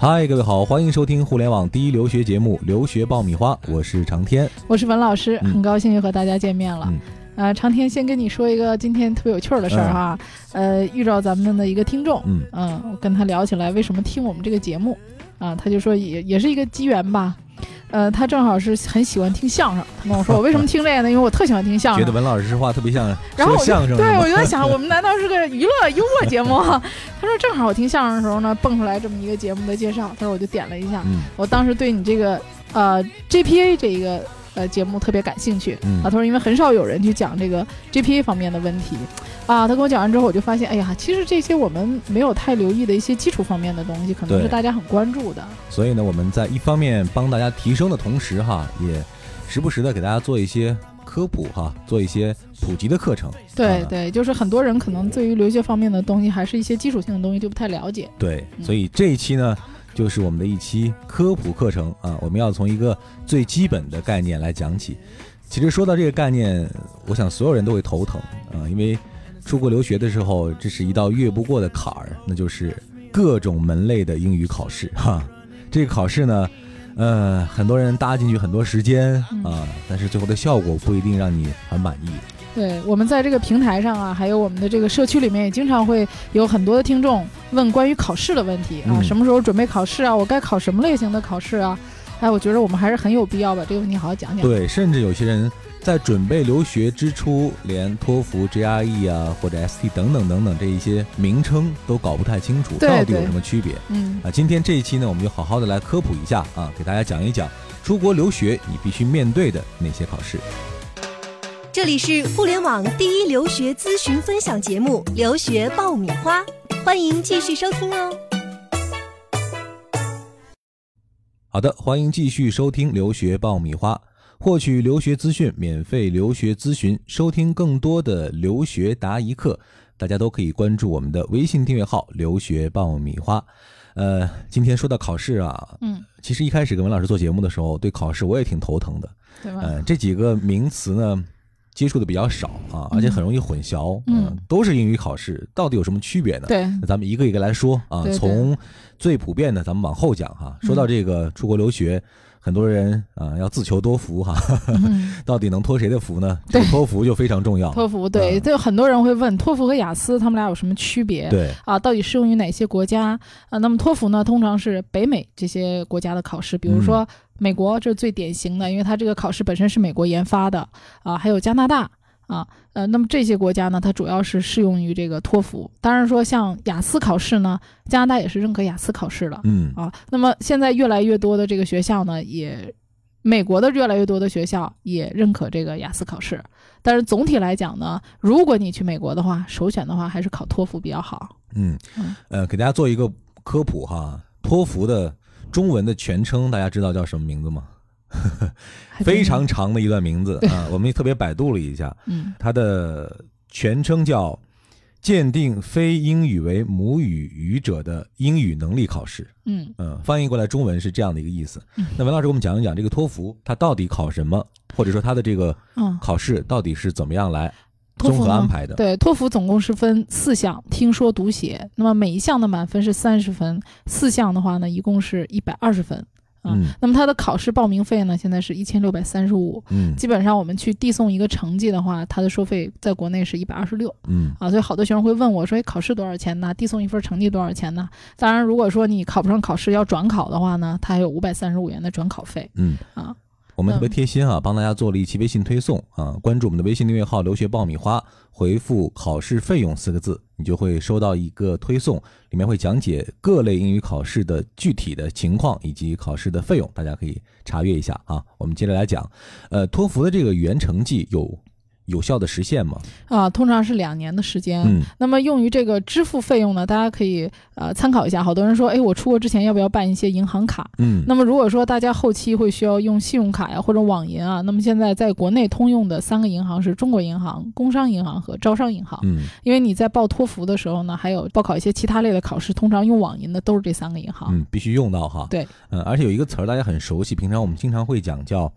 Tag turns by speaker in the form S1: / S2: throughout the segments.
S1: 嗨，各位好，欢迎收听互联网第一留学节目《留学爆米花》，
S2: 嗯
S1: 我是长天。
S2: 我是文老师，
S1: 嗯
S2: 很高兴又和大家见面了。
S1: 嗯
S2: 呃，长天先跟你说一个今天特别有趣儿的事儿哈，呃，遇到咱们的一个听众，
S1: 嗯
S2: 嗯，我跟他聊起来为什么听我们这个节目，啊，他就说也也是一个机缘吧，呃，他正好是很喜欢听相声，他跟我说我为什么听这个呢？因为我特喜欢听相
S1: 觉得
S2: 声。
S1: 文老师说话特别像
S2: 啊然后
S1: 说
S2: 我就
S1: 相声，
S2: 对，
S1: 是吗
S2: 我就在想，我们难道是个娱乐幽默节目？ 他说正好我听相声的时候呢，蹦出来这么一个节目的介绍，他说我就点了一下，
S1: 嗯
S2: 我当时对你这个呃 GPA 这一个呃节目特别感兴趣、
S1: 嗯
S2: 啊。他说，因为很少有人去讲这个 GPA 方面的问题啊。他跟我讲完之后，我就发现，哎呀，其实这些我们没有太留意的一些基础方面的东西，可能
S1: 对
S2: 是大家很关注的。
S1: 所以呢，我们在一方面帮大家提升的同时哈，也时不时的给大家做一些科普哈，做一些普及的课程。
S2: 对
S1: 啊
S2: 对，就是很多人可能对于留学方面的东西，还是一些基础性的东西就不太了解。
S1: 对，
S2: 嗯
S1: 所以这一期呢，就是我们的一期科普课程啊，我们要从一个最基本的概念来讲起。其实说到这个概念，我想所有人都会头疼啊，因为出国留学的时候，这是一道越不过的坎儿，那就是各种门类的英语考试哈、这个考试呢，呃，很多人搭进去很多时间啊，但是最后的效果不一定让你很满意。
S2: 对我们在这个平台上啊，还有我们的这个社区里面，也经常会有很多的听众问关于考试的问题啊，
S1: 嗯
S2: 什么时候准备考试啊？我该考什么类型的考试啊？哎，我觉得我们还是很有必要把这个问题好好讲讲。
S1: 对，甚至有些人在准备留学之初，连托福、GRE 啊或者 ST 等等等等这一些名称都搞不太清楚，
S2: 对
S1: 到底有
S2: 对
S1: 什么区别
S2: 嗯，
S1: 啊？今天这一期呢，我们就好好的来科普一下啊，给大家讲一讲出国留学你必须面对的哪些考试。
S3: 这里是互联网第一留学咨询分享节目《留学爆米花》，欢迎继续收听哦。
S1: 好的，欢迎继续收听留学爆米花，获取留学资讯、免费留学咨询、收听更多的留学答疑课，大家都可以关注我们的微信订阅号“留学爆米花”。呃，今天说到考试啊，
S2: 嗯，
S1: 其实一开始跟文老师做节目的时候，对考试我也挺头疼的。
S2: 对吧？
S1: 呃，这几个名词呢，接触的比较少啊，而且很容易混淆。呃
S2: 嗯
S1: 都是英语考试，到底有什么区别呢？
S2: 对，
S1: 那咱们一个一个来说啊，
S2: 对对嗯
S1: 从最普遍的咱们往后讲哈、说到这个出国留学，很多人啊要自求多福哈、
S2: 嗯
S1: 到底能托谁的福呢？这个
S2: 对
S1: 托福就非常重要。
S2: 托福对，
S1: 嗯
S2: 就很多人会问托福和雅思他们俩有什么区别？
S1: 对
S2: 啊，到底适用于哪些国家？啊，那么托福呢，通常是北美这些国家的考试，比如
S1: 嗯
S2: 说美国，这是最典型的，因为它这个考试本身是美国研发的啊，还有加拿大啊，呃，那么这些国家呢，它主要是适用于这个托福。当然说，像雅思考试呢，加拿大也是认可雅思考试了
S1: 嗯，
S2: 啊。那么现在越来越多的这个学校呢，也美国的越来越多的学校也认可这个雅思考试，但是总体来讲呢，如果你去美国的话，首选的话还是考托福比较好。
S1: 嗯
S2: 嗯，
S1: 呃，给大家做一个科普哈，托福的中文的全称大家知道叫什么名字吗？
S2: 还真
S1: 非
S2: 是
S1: 常长的一段名字
S2: 对
S1: 啊，我们也特别百度了一下，
S2: 嗯
S1: 它的全称叫“鉴定非英语为母语语者的英语能力考试”。
S2: 嗯
S1: 嗯，翻译过来中文是这样的一个意思
S2: 嗯。
S1: 那文老师给我们讲一讲这个托福，它到底考什么，或者说它的这个
S2: 嗯，
S1: 考试到底是怎么样来
S2: 托
S1: 综
S2: 福
S1: 合
S2: 呢
S1: 安排的？
S2: 对，托福总共是分四项，听说读写。那么每一项的满分是三十分，四项的话呢，一共是一百二十分。
S1: 嗯
S2: 那么它的考试报名费呢，现在是一千六百三十五。
S1: 嗯
S2: 基本上我们去递送一个成绩的话，它的收费在国内是一百二十六
S1: 嗯
S2: 啊，所以好多学生会问我说：“哎，考试多少钱呢？递送一份成绩多少钱呢？”当然，如果说你考不上考试要转考的话呢，它还有五百三十五元的转考费
S1: 嗯。
S2: 啊。
S1: 我们特别贴
S2: 嗯
S1: 心啊，帮大家做了一期微信推送啊，关注我们的微信订阅号“留学爆米花”，回复“考试费用”四个字，你就会收到一个推送，里面会讲解各类英语考试的具体的情况以及考试的费用，大家可以查阅一下啊。我们接着来讲，呃，托福的这个语言成绩有有效的实现吗？
S2: 啊，通常是两年的时间。
S1: 嗯
S2: 那么用于这个支付费用呢，大家可以呃参考一下。好多人说，哎，我出国之前要不要办一些银行卡？
S1: 嗯
S2: 那么如果说大家后期会需要用信用卡呀或者网银啊，那么现在在国内通用的三个银行是中国银行、工商银行和招商银行。
S1: 嗯
S2: 因为你在报托福的时候呢，还有报考一些其他类的考试，通常用网银的都是这三个银行。
S1: 嗯，必须用到哈。
S2: 对，
S1: 嗯，而且有一个词儿大家很熟悉，平常我们经常会讲叫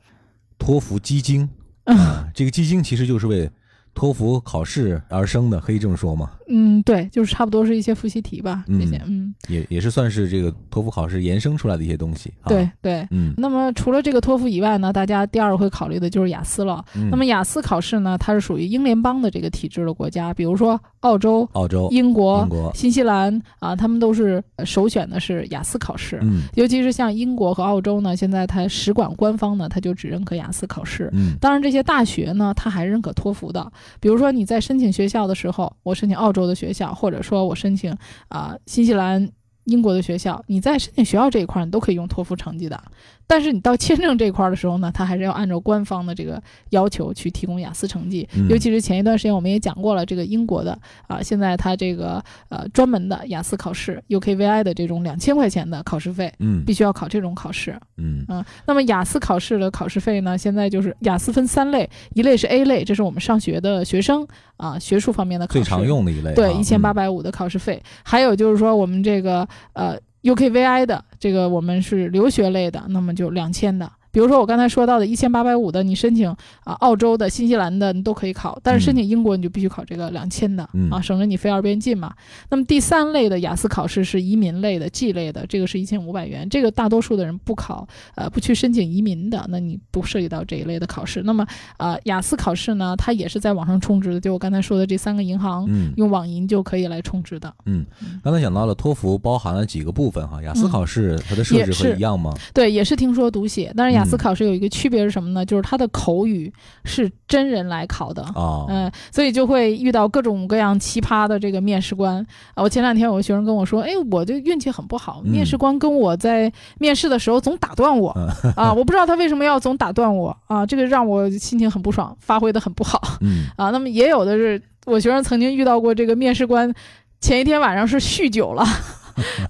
S1: 托福基金。啊，这个基金其实就是为托福考试而生的，可以这么说吗？
S2: 嗯，对，就是差不多是一些复习题吧，这些，嗯，
S1: 也也是算是这个托福考试延伸出来的一些东西。啊、
S2: 对，对。
S1: 嗯，
S2: 那么除了这个托福以外呢，大家第二会考虑的就是雅思了。
S1: 嗯，
S2: 那么雅思考试呢，它是属于英联邦的这个体制的国家，比如说澳洲、
S1: 澳洲、
S2: 英国、
S1: 哦英国
S2: 新西兰啊，他们都是呃首选的是雅思考试。
S1: 嗯
S2: 尤其是像英国和澳洲呢，现在它使馆官方呢，它就只认可雅思考试。
S1: 嗯
S2: 当然，这些大学呢，它还认可托福的。比如说你在申请学校的时候，我申请澳洲的学校，或者说我申请啊、新西兰、英国的学校，你在申请学校这一块儿，你都可以用托福成绩的。但是你到签证这一块儿的时候呢，它还是要按照官方的这个要求去提供雅思成绩。
S1: 嗯
S2: 尤其是前一段时间我们也讲过了，这个英国的啊、现在它这个呃专门的雅思考试 UKVI 的这种两千块钱的考试费。
S1: 嗯
S2: 必须要考这种考试。
S1: 嗯
S2: 那么雅思考试的考试费呢？现在就是雅思分三类，一类是 A 类，这是我们上学的学生啊、学术方面的考试，
S1: 最常用的一类啊。
S2: 对一千八
S1: 百。
S2: 百五的考试费。还有就是说我们这个呃 UKVI 的这个我们是留学类的，那么就两千的。比如说我刚才说到的一千八百五的，你申请啊、澳洲的、新西兰的你都可以考，但是申请英国你就必须考这个两千的、
S1: 嗯
S2: 啊，省着你飞二边进嘛。那么第三类的雅思考试是移民类的 G 类的，这个是一千五百元，这个大多数的人不考，呃，不去申请移民的，那你不涉及到这一类的考试。那么呃，雅思考试呢，它也是在网上充值的，就我刚才说的这三个银行
S1: 嗯，
S2: 用网银就可以来充值的。
S1: 刚才讲到了托福包含了几个部分哈，雅思考试它的设置
S2: 嗯也
S1: 会
S2: 是
S1: 一样吗？
S2: 对，也是听说读写，但是雅
S1: 嗯
S2: 思考试有一个区别是什么呢？就是它的口语是真人来考的。
S1: 啊，
S2: 嗯，所以就会遇到各种各样奇葩的这个面试官啊！我前两天有个学生跟我说，哎，我就运气很不好，
S1: 嗯
S2: 面试官跟我在面试的时候总打断我、啊，我不知道他为什么要总打断我啊，这个让我心情很不爽，发挥的很不好。
S1: 嗯
S2: 啊，那么也有的是我学生曾经遇到过这个面试官，前一天晚上是酗酒 了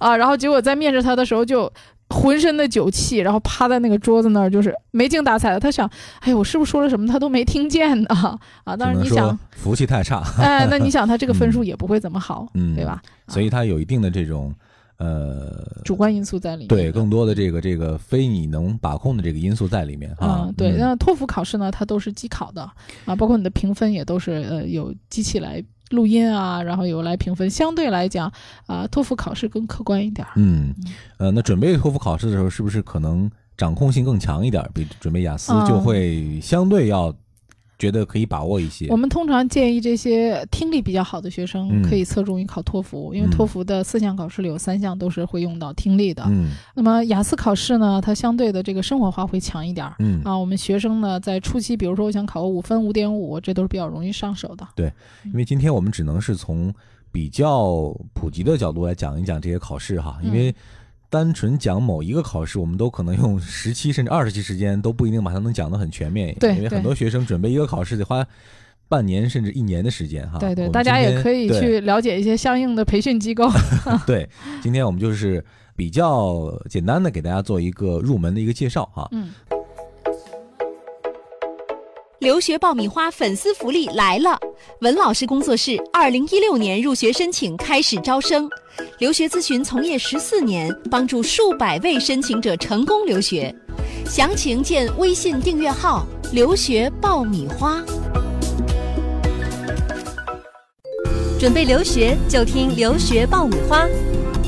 S2: 啊，然后结果在面试他的时候就。浑身的酒气，然后趴在那个桌子那儿，就是没精打采的。他想，哎，我是不是说了什么，他都没听见呢？ 啊，
S1: 只
S2: 当然
S1: 能
S2: 你想
S1: 说，服务器太差，
S2: 哎，那 你想他这个分数
S1: 嗯
S2: 也不会怎么好，
S1: 嗯，
S2: 对？吧？
S1: 所以它有一定的这种呃，
S2: 主观因素在里面。
S1: 对，更多的这个这个非你能把控的这个因素在里面啊。
S2: 嗯，对。那托福考试呢，它都是机考的啊，包括你的评分也都是呃有机器来录音啊，然后有来评分。相对来讲啊，托福考试更客观一点儿。
S1: 嗯，呃，那准备托福考试的时候，是不是可能掌控性更强一点儿？比准备雅思就
S2: 嗯
S1: 会相对要觉得可以把握一些
S2: 我。们通常建议这些听力比较好的学
S1: 嗯
S2: 生可以侧重于考托福，因为
S1: 嗯
S2: 托福的四项考试里有三项都是会用到听力的。
S1: 嗯
S2: 那么雅思考试呢，它相对的这个生活化会强一点儿。
S1: 嗯，
S2: 啊，我们学生呢，在初期，比如说我想考个五分、五点五，这都是比较容易上手的。
S1: 因为今天我们只能是从比较普及的角度来讲一讲这些考试哈，因
S2: 嗯
S1: 为单纯讲某一个考试，我们都可能用十期甚至二十期时间都不一定把它能讲得很全面，
S2: 对
S1: 因为很
S2: 对
S1: 多学生准备一个考试得花半年甚至一年的时间哈。
S2: 对对，
S1: 啊我们
S2: 大家
S1: 今
S2: 也
S1: 天
S2: 可以
S1: 对
S2: 去了解一些相应的培训 机构。
S1: 对，今天我们就是比较简单的给大家做一个入门的一个介绍啊哈。
S2: 嗯，
S3: 留学爆米花粉丝福利来了！文老师工作室二零一六年入学申请开始招生，留学咨询从业十四年，帮助数百位申请者成功留学。详情见微信订阅号“留学爆米花”。准备留学就听留学爆米花，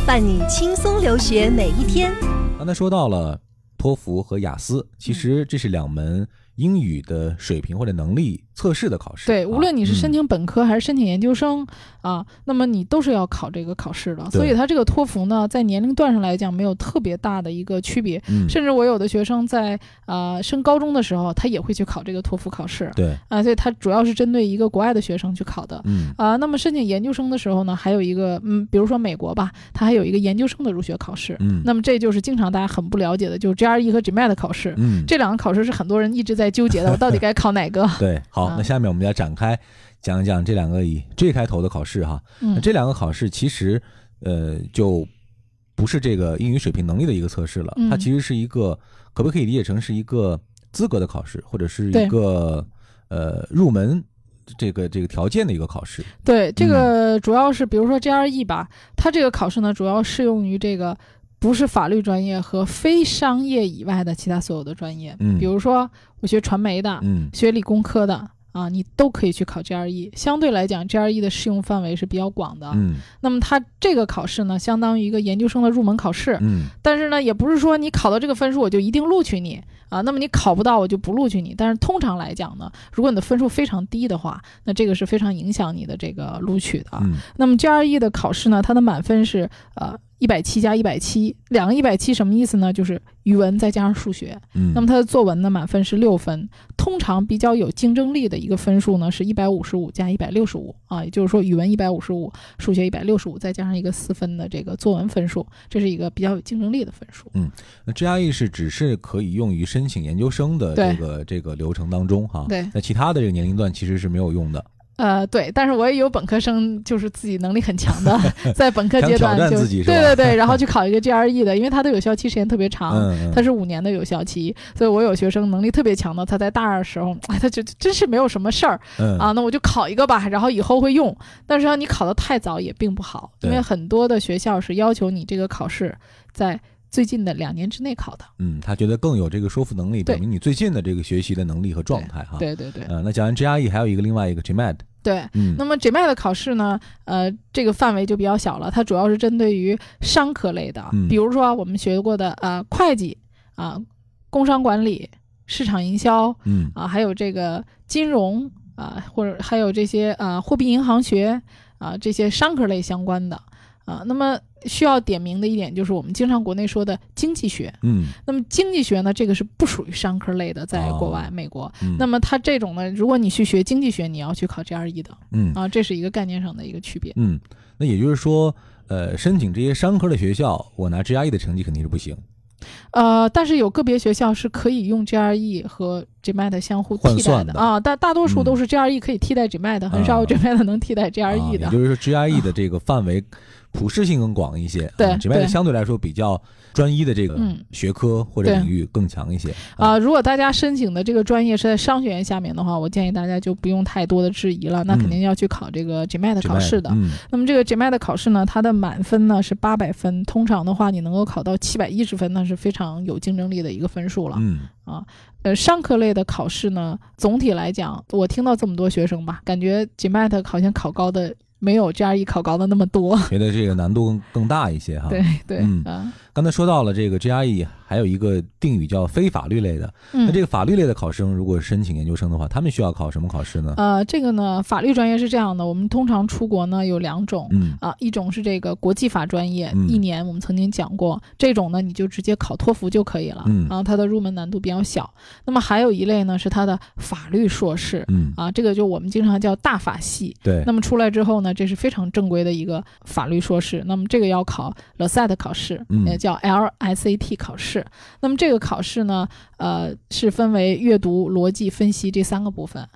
S3: 伴你轻松留学每一天。
S2: 嗯
S1: 刚才说到了托福和雅思，其实这是两门英语的水平或者能力测试的考试啊。
S2: 对，无论你是申
S1: 嗯
S2: 请本科还是申请研究生、啊，那么你都是要考这个考试的。所
S1: 对
S2: 以它这个托福呢，在年龄段上来讲，没有特别大的一个区别。
S1: 嗯，
S2: 甚至我有的学生在呃升高中的时候，他也会去考这个托福考试
S1: 对，
S2: 啊、所以它主要是针对一个国外的学生去考的。
S1: 嗯
S2: 啊、那么申请研究生的时候呢，还有一个，嗯，比如说美国吧，它还有一个研究生的入学考试。
S1: 嗯，
S2: 那么这就是经常大家很不了解的，就是 GRE 和 GMAT 的考试。
S1: 嗯
S2: 这两个考试是很多人一直在纠结的，我到底该考 哪个？
S1: 对，好，
S2: 啊
S1: 那下面我们要展开讲一讲这两个以 J 开头的考试哈。那
S2: 嗯，
S1: 这两个考试其实呃就不是这个英语水平能力的一个测试了，它
S2: 嗯
S1: 其实是一个可不可以理解成是一个资格的考试，或者是一
S2: 对
S1: 个呃入门这个这个条件的一个考试。
S2: 对，这个
S1: 嗯
S2: 主要是比如说 GRE 吧，它这个考试呢，主要适用于这个不是法律专业和非商业以外的其他所有的专业，
S1: 嗯
S2: 比如说我学传媒的，
S1: 嗯
S2: 学理工科的啊，你都可以去考 GRE。相对来讲，GRE 的适用范围是比较广的。
S1: 嗯
S2: 那么它这个考试呢，相当于一个研究生的入门考试。
S1: 嗯
S2: 但是呢，也不是说你考到这个分数我就一定录取你啊，那么你考不到我就不录取你。但是通常来讲呢，如果你的分数非常低的话，那这个是非常影响你的这个录取的。啊
S1: 嗯
S2: 那么 GRE 的考试呢，它的满分是呃一百七加一百七，两个一百七什么意思呢？就是语文再加上数学。
S1: 嗯，
S2: 那么它的作文呢，满分是六分。通常比较有竞争力的一个分数呢，是一百五十五加一百六十五啊，也就是说语文一百五十五，数学一百六十五，再加上一个四分的这个作文分数，这是一个比较有竞争力的分数。
S1: 那 GRE 是只是可以用于申请研究生的
S2: 对
S1: 这个这个流程当中哈，
S2: 对
S1: 那其他的这个年龄段其实是没有用的，
S2: 呃，对，但是我也有本科生，就是自己能力很强 的，在本科
S1: 想
S2: 阶
S1: 挑战
S2: 段就
S1: 自己
S2: 对
S1: 是吧
S2: 对 对，然后去考一个 GRE 的，因为它的有效期时间特别长，
S1: 嗯，嗯
S2: 它是五年的有效期，所以我有学生能力特别强的，他在大二时候，哎，他就真是没有什么事儿
S1: 嗯
S2: 啊，那我就考一个吧，然后以后会用。但是让你考得太早也并不好，因
S1: 对
S2: 为很多的学校是要求你这个考试在最近的两年之内考的。
S1: 嗯，他觉得更有这个说服能力，
S2: 对
S1: 表明你最近的这个学习的能力和状态哈。，
S2: 对对对
S1: 呃，那讲完 GRE 还有一个另外一个 GMAT，
S2: 对。
S1: 嗯，
S2: 那么 GMAT 的考试呢，呃，这个范围就比较小了，它主要是针对于商科类的，
S1: 嗯
S2: 比如说啊我们学过的啊、呃会计啊、工商管理、市场营销，
S1: 嗯
S2: 啊，还有这个金融啊，或者还有这些啊货币银行学啊这些商科类相关的啊。那么需要点名的一点就是我们经常国内说的经济学。
S1: 嗯
S2: 那么经济学呢，这个是不属于商科类的，在国外、
S1: 哦
S2: 美国。
S1: 嗯，
S2: 那么它这种呢，如果你去学经济学，你要去考 GRE 的
S1: 嗯
S2: 啊，这是一个概念上的一个区别。
S1: 嗯，那也就是说，呃，申请这些商科的学校，我拿 GRE 的成绩肯定是不行，
S2: 呃，但是有个别学校是可以用 GRE 和 GMAT 相互
S1: 换
S2: 替代
S1: 算
S2: 的
S1: 的
S2: 啊，但大多数都
S1: 嗯
S2: 是 GRE 可以替代 GMAT 的，很少有
S1: 啊
S2: GMAT 能替代 GRE E 的。
S1: 啊也就是说 GRE 的这个范围普适性更广一些，
S2: 对
S1: 啊
S2: 对
S1: ，GMAT 相对来说比较专一的这个
S2: 嗯
S1: 学科或者
S2: 对
S1: 领域更强一些
S2: 啊、，如果大家申请的这个专业是在商学院下面的话，我建议大家就不用太多的质疑了，那肯
S1: 嗯
S2: 定要去考这个 GMAT 考试的。
S1: GMAT 嗯
S2: 那么这个 GMAT 考试呢，它的满分呢是八百分，通常的话你能够考到七百一十分，那是非常有竞争力的一个分数了。
S1: 嗯
S2: 呃，商科类的考试呢，总体来讲，我听到这么多学生吧，感觉 GMAT 好像考高的没有 GRE 考高的那么多。
S1: 觉得这个难度更更大一些哈。
S2: 对对
S1: 啊嗯
S2: 啊，
S1: 刚才说到了这个 GRE，还有一个定语叫非法律类的。那
S2: 嗯
S1: 这。个法律类的考生，如果申请研究生的话，他们需要考什么考试呢？
S2: 呃，这个呢，法律专业是这样的，我们通常出国呢有两种，
S1: 嗯
S2: 啊，一种是这个国际法专业，
S1: 嗯
S2: 一年我们曾经讲过，这种呢你就直接考托福就可以了，
S1: 嗯
S2: 然后它的入门难度比较小。那么还有一类呢是它的法律硕士。
S1: 嗯，
S2: 啊，这个就我们经常叫大法系。
S1: 对
S2: 那，么出来之后呢，这是非常正规的一个法律硕士。那么这个要考 LSAT 考试，
S1: 嗯
S2: 也叫 LSAT 考试。那么这个考试呢，呃，是分为阅读、逻辑、分析这三个部分。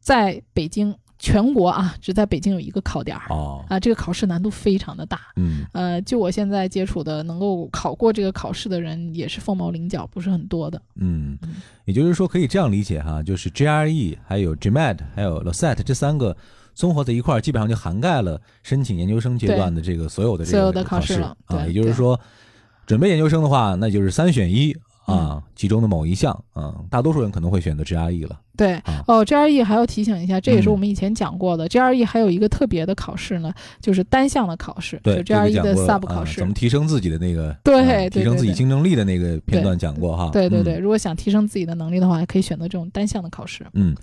S2: 在北京全国啊，只在北京有一个考点儿。
S1: 哦，
S2: 啊，这个考试难度非常的大。
S1: 嗯
S2: 呃，就我现在接触的能够考过这个考试的人，也是凤毛麟角，不是很多的。
S1: 嗯，也就是说可以这样理解哈，就是 GRE 还有 GMAT 还有 LSAT 这三个综合在一块儿，基本上就涵盖了申请研究生阶段的这个所有的这个
S2: 所有的
S1: 考
S2: 考试了
S1: 啊。也
S2: 对
S1: 就是
S2: 对
S1: 说，准备研究生的话，那就是三选一
S2: 嗯
S1: 啊，其中的某一项啊，大多数人可能会选择 GRE 了。
S2: 对，
S1: 啊
S2: 哦，GRE 还要提醒一下，这也是
S1: 嗯
S2: 我们以前讲过的。GRE 还有一个特别的考试呢，就是单项的考试，就
S1: 对，这个
S2: GRE
S1: 讲
S2: 的
S1: 过
S2: sub
S1: 啊
S2: 考试。
S1: 怎么提升自己的那个
S2: 对
S1: 啊
S2: 对
S1: 提升
S2: 对
S1: 自己
S2: 对
S1: 竞争力的那个片
S2: 对
S1: 段讲过哈。
S2: 对对
S1: 嗯
S2: 对，如果想提升自己的能力的话，还可以选择这种单项的考试。
S1: 嗯，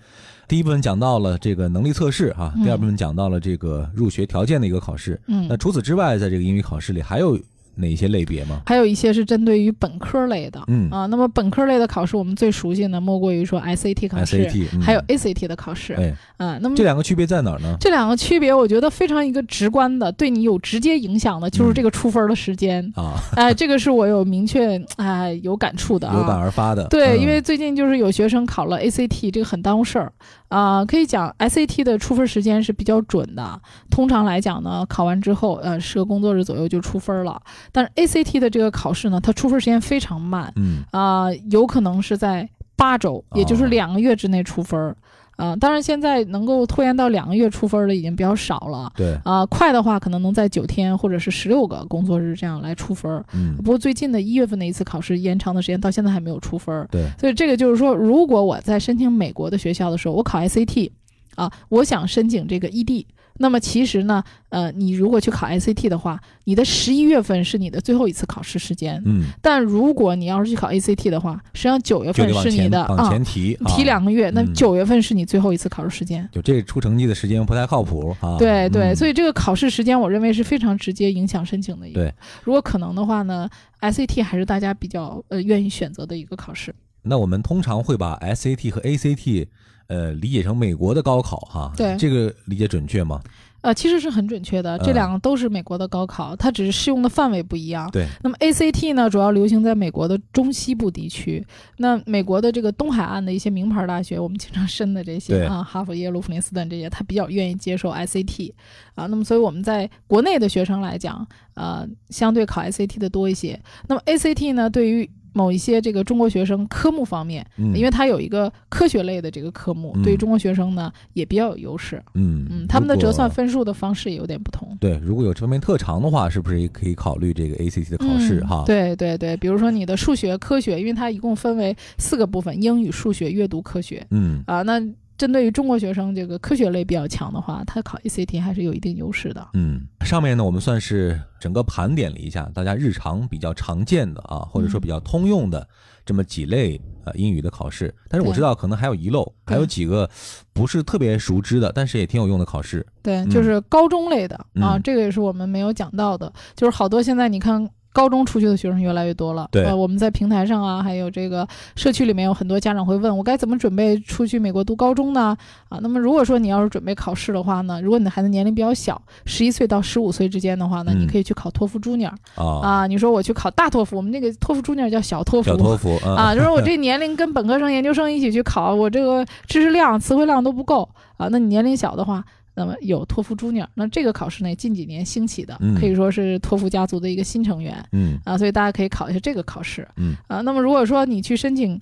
S1: 第一部分讲到了这个能力测试哈、
S2: 嗯
S1: 第二部分讲到了这个入学条件的一个考试。
S2: 嗯
S1: 那，除此之外，在这个英语考试里还有哪一些类别吗？
S2: 还有一些是针对于本科类的。
S1: 嗯
S2: 啊，那么本科类的考试，我们最熟悉呢，莫过于说 SAT 考试
S1: ，SAT，、嗯、
S2: 还有 ACT 的考试。
S1: 哎，
S2: 啊，那么
S1: 这两个区别在哪儿呢？
S2: 这两个区别，我觉得非常一个直观的，对你有直接影响
S1: 嗯
S2: 的，就是这个出分的时间。
S1: 啊，
S2: 哎，这个是我有明确哎、有感触的
S1: 有感
S2: 啊。
S1: 而发的。嗯
S2: 对，因为最近就是有学生考了 ACT，这个很耽误事儿啊、可以讲 SAT 的出分时间是比较准的，通常来讲呢，考完之后呃十个工作日左右就出分了。但是 ACT 的这个考试呢，它出分时间非常慢
S1: 嗯
S2: 呃啊、有可能是在八周，也就是
S1: 哦
S2: 两个月之内出分儿。啊、当然现在能够拖延到两个月出分儿的已经比较少了。
S1: 对，
S2: 啊、快的话可能能在九天或者是十六个工作日这样来出分儿。
S1: 嗯
S2: 不，过最近的一月份的一次考试延长的时间到现在还没有出分儿，
S1: 对，
S2: 所以这个就是说，如果我在申请美国的学校的时候，我考 SAT 啊，我想申请这个 ED，那么其实呢，呃，你如果去考 SAT 的话，你的十一月份是你的最后一次考试时间，
S1: 嗯，
S2: 但如果你要是去考 ACT 的话，实际上九月
S1: 就
S2: 份
S1: 得往
S2: 是你
S1: 前
S2: 的
S1: 往
S2: 啊，
S1: 前提，啊
S2: 提两个月，那
S1: 嗯
S2: 九月份是你最后一次考试时间。
S1: 就这出成绩的时间不太靠谱啊。
S2: 对对，所
S1: 以
S2: 以这个考试时间，我认为是非常直接影响申请的一个。
S1: 对，
S2: 如果可能的话呢，SAT 还是大家比较呃愿意选择的一个考试。
S1: 那我们通常会把 SAT 和 ACT 呃理解成美国的高考哈。
S2: 对
S1: 这个理解准确吗？
S2: 呃，其实是很准确的，这
S1: 嗯
S2: 两个都是美国的高考，它只是适用的范围不一样。
S1: 对，
S2: 那么 ACT 呢，主要流行在美国的中西部地区。那美国的这个东海岸的一些名牌大学，我们经常申的这些
S1: 对
S2: 啊，哈佛、耶鲁、普林斯顿这些，他比较愿意接受 ACT 啊。那么，所以我们在国内的学生来讲，呃，相对考 ACT 的多一些。那么 ACT 呢，对于某一些这个中国学生科目方面，
S1: 嗯，
S2: 因为它有一个科学类的这个科目，
S1: 嗯
S2: 对于中国学生呢也比较有优势。
S1: 嗯
S2: 嗯，他们的
S1: 如
S2: 折
S1: 果
S2: 算分数的方式也有点不同。
S1: 对，如果有这方面特长的话，是不是也可以考虑这个 ACT 的考试
S2: 嗯
S1: 哈？
S2: 对对对，比如说你的数学、科学，因为它一共分为四个部分：英语、数学、阅读、科学
S1: 嗯，
S2: 啊。那针对于中国学生，这个科学类比较强的话，他考 ACT 还是有一定优势的。
S1: 嗯，上面呢，我们算是整个盘点了一下大家日常比较常见的啊，或者
S2: 嗯
S1: 说比较通用的这么几类呃英语的考试。但是我
S2: 对
S1: 知道可能还有遗漏，还有
S2: 对
S1: 几个不是特别熟知的，但是也挺有用的考试。
S2: 对，
S1: 嗯
S2: 就是高中类的、啊
S1: 嗯，
S2: 这个也是我们没有讲到的，就是好多现在你看。高中出去的学生越来越多了，
S1: 对
S2: 呃，我们在平台上啊，还有这个社区里面有很多家长会问我该怎么准备出去美国读高中呢？啊，那么如果说你要是准备考试的话呢，如果你的孩子年龄比较小，十一岁到十五岁之间的话呢，
S1: 嗯
S2: 你可以去考托福 Junior
S1: 啊，
S2: 啊，你说我去考大托福，我们那个托福 Junior 叫小托福，
S1: 小托福啊，
S2: 啊，就是我这年龄跟本科生、研究生一起去考，我这个知识量、词汇量都不够啊。那你年龄小的话，那么有托福 Junior，那这个考试呢，近几年兴起的
S1: 嗯，
S2: 可以说是托福家族的一个新成员
S1: 嗯
S2: 啊，所以大家可以考一下这个考试
S1: 嗯
S2: 啊。那么如果说你去申请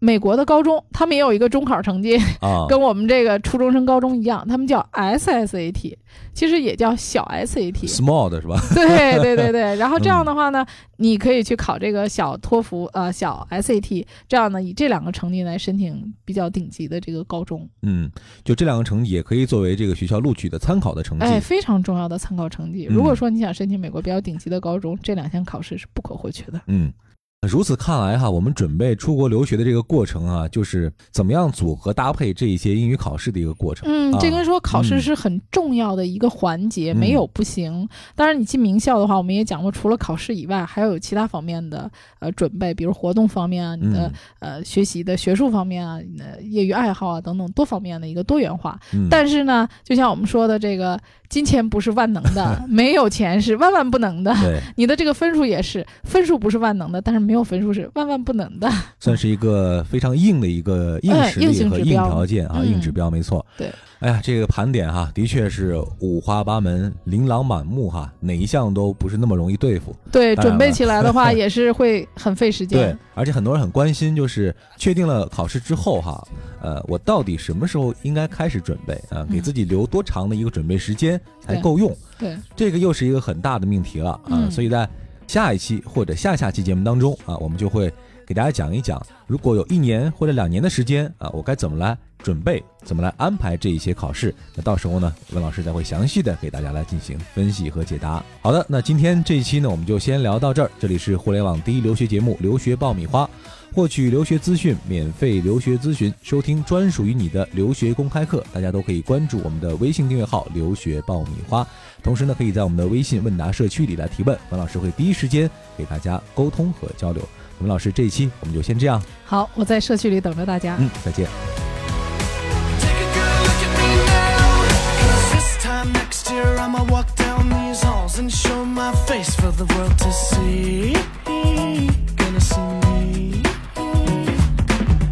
S2: 美国的高中，他们也有一个中考成绩，
S1: 啊，
S2: 跟我们这个初中生、高中一样，他们叫 SSAT，其实也叫小 SAT。
S1: small 的是吧？
S2: 对对对对，然后这样的话呢，
S1: 嗯
S2: 你可以去考这个小托福呃小 SAT，这样呢以这两个成绩来申请比较顶级的这个高中，
S1: 嗯，就这两个成绩也可以作为这个学校录取的参考的成绩。
S2: 哎，非常重要的参考成绩。
S1: 嗯
S2: 如果说你想申请美国比较顶级的高中，这两项考试是不可或缺的。
S1: 嗯，如此看来哈，我们准备出国留学的这个过程啊，就是怎么样组合搭配这一些英语考试的一个过程。
S2: 嗯
S1: 啊，
S2: 这跟说考
S1: 嗯
S2: 试是很重要的一个环节，没有不行。当然，你进名校的话，我们也讲过，除了考试以外，还要有其他方面的呃准备，比如活动方面啊，你的、
S1: 嗯
S2: 呃学习的学术方面啊，你的业余爱好啊等等多方面的一个多元化。
S1: 嗯，
S2: 但是呢，就像我们说的，这个金钱不是万能的， 没有钱是万万不能的。
S1: 对，
S2: 你的这个分数也是，分数不是万能的，但是没有分数是万万不能的。
S1: 算是一个非常硬的一 个硬
S2: 哎
S1: 实
S2: 硬
S1: 力
S2: 性
S1: 和
S2: 指
S1: 硬
S2: 标
S1: 条件啊，
S2: 嗯
S1: 硬指标没错。
S2: 对，
S1: 哎呀，这个盘点哈，的确是五花八门、琳琅满目哈，哪一项都不是那么容易对付。
S2: 对，
S1: 当然
S2: 准备
S1: 了
S2: 起来 的话也是会很费时间。
S1: 对，而且很多人很关心，就是确定了考试之后哈，呃，我到底什么时候应该开始准备啊、给
S2: 嗯
S1: 自己留多长的一个准备时间才
S2: 对
S1: 够用？
S2: 对
S1: 这个又是一个很大的命题了啊、
S2: 嗯
S1: 所以在下一期或者下下期节目当中啊，我们就会给大家讲一讲，如果有一年或者两年的时间啊，我该怎么来准备，怎么来安排这一些考试。那到时候呢，温老师再会详细的给大家来进行分析和解答。好的，那今天这一期呢，我们就先聊到这儿。这里是互联网第一留学节目《留学爆米花》。获取留学资讯、免费留学咨询、收听专属于你的留学公开课，大家都可以关注我们的微信订阅号“留学爆米花”。同时呢，可以在我们的微信问答社区里来提问，文老师会第一时间给大家沟通和交流。文老师，这一期我们就先这样，
S2: 好，我在社区里等着大家。
S1: 嗯，再见。
S4: Take a good look at me now. Cause this time next year I'ma walk down these halls and show my face for the world to see. Gonna see me.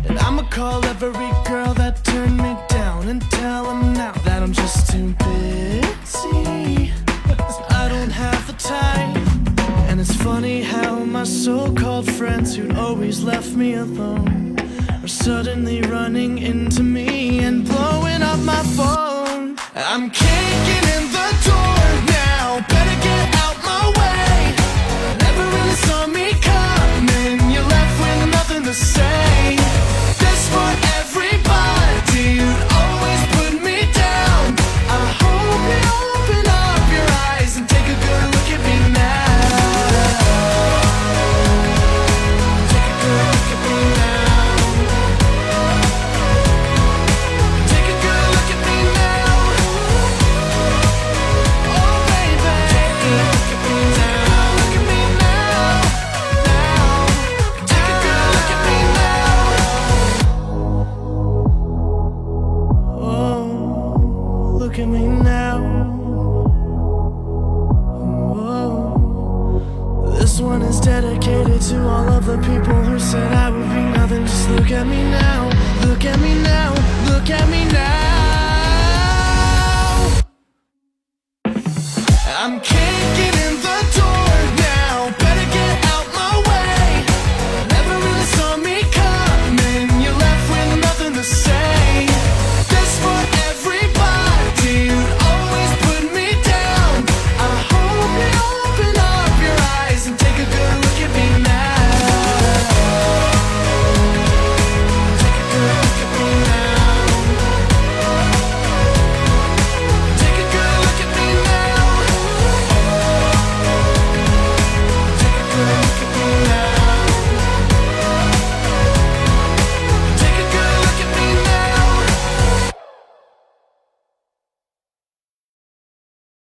S4: And I'ma call every girl that turned me down and tell them now that I'm just too busy. I don't have the time. And it's funny how my so called friends who'd always left me alone are suddenly running into me and blowing up my phone. I'm kicking in the door now. Better get out my way. Never really saw me coming. You're left with nothing to say. This for everybody. You'd always put me down. I hope you open up your eyes and take a good look at me now. Take a good look at me now. Take a good look at me now. Oh baby, take a good look at me now. Look at me now, now. Take a good look at me now. Oh, look at me now. Oh. This one is dedicated to all of the people who said I would be nothing. Just look at me now, look at me now, look at me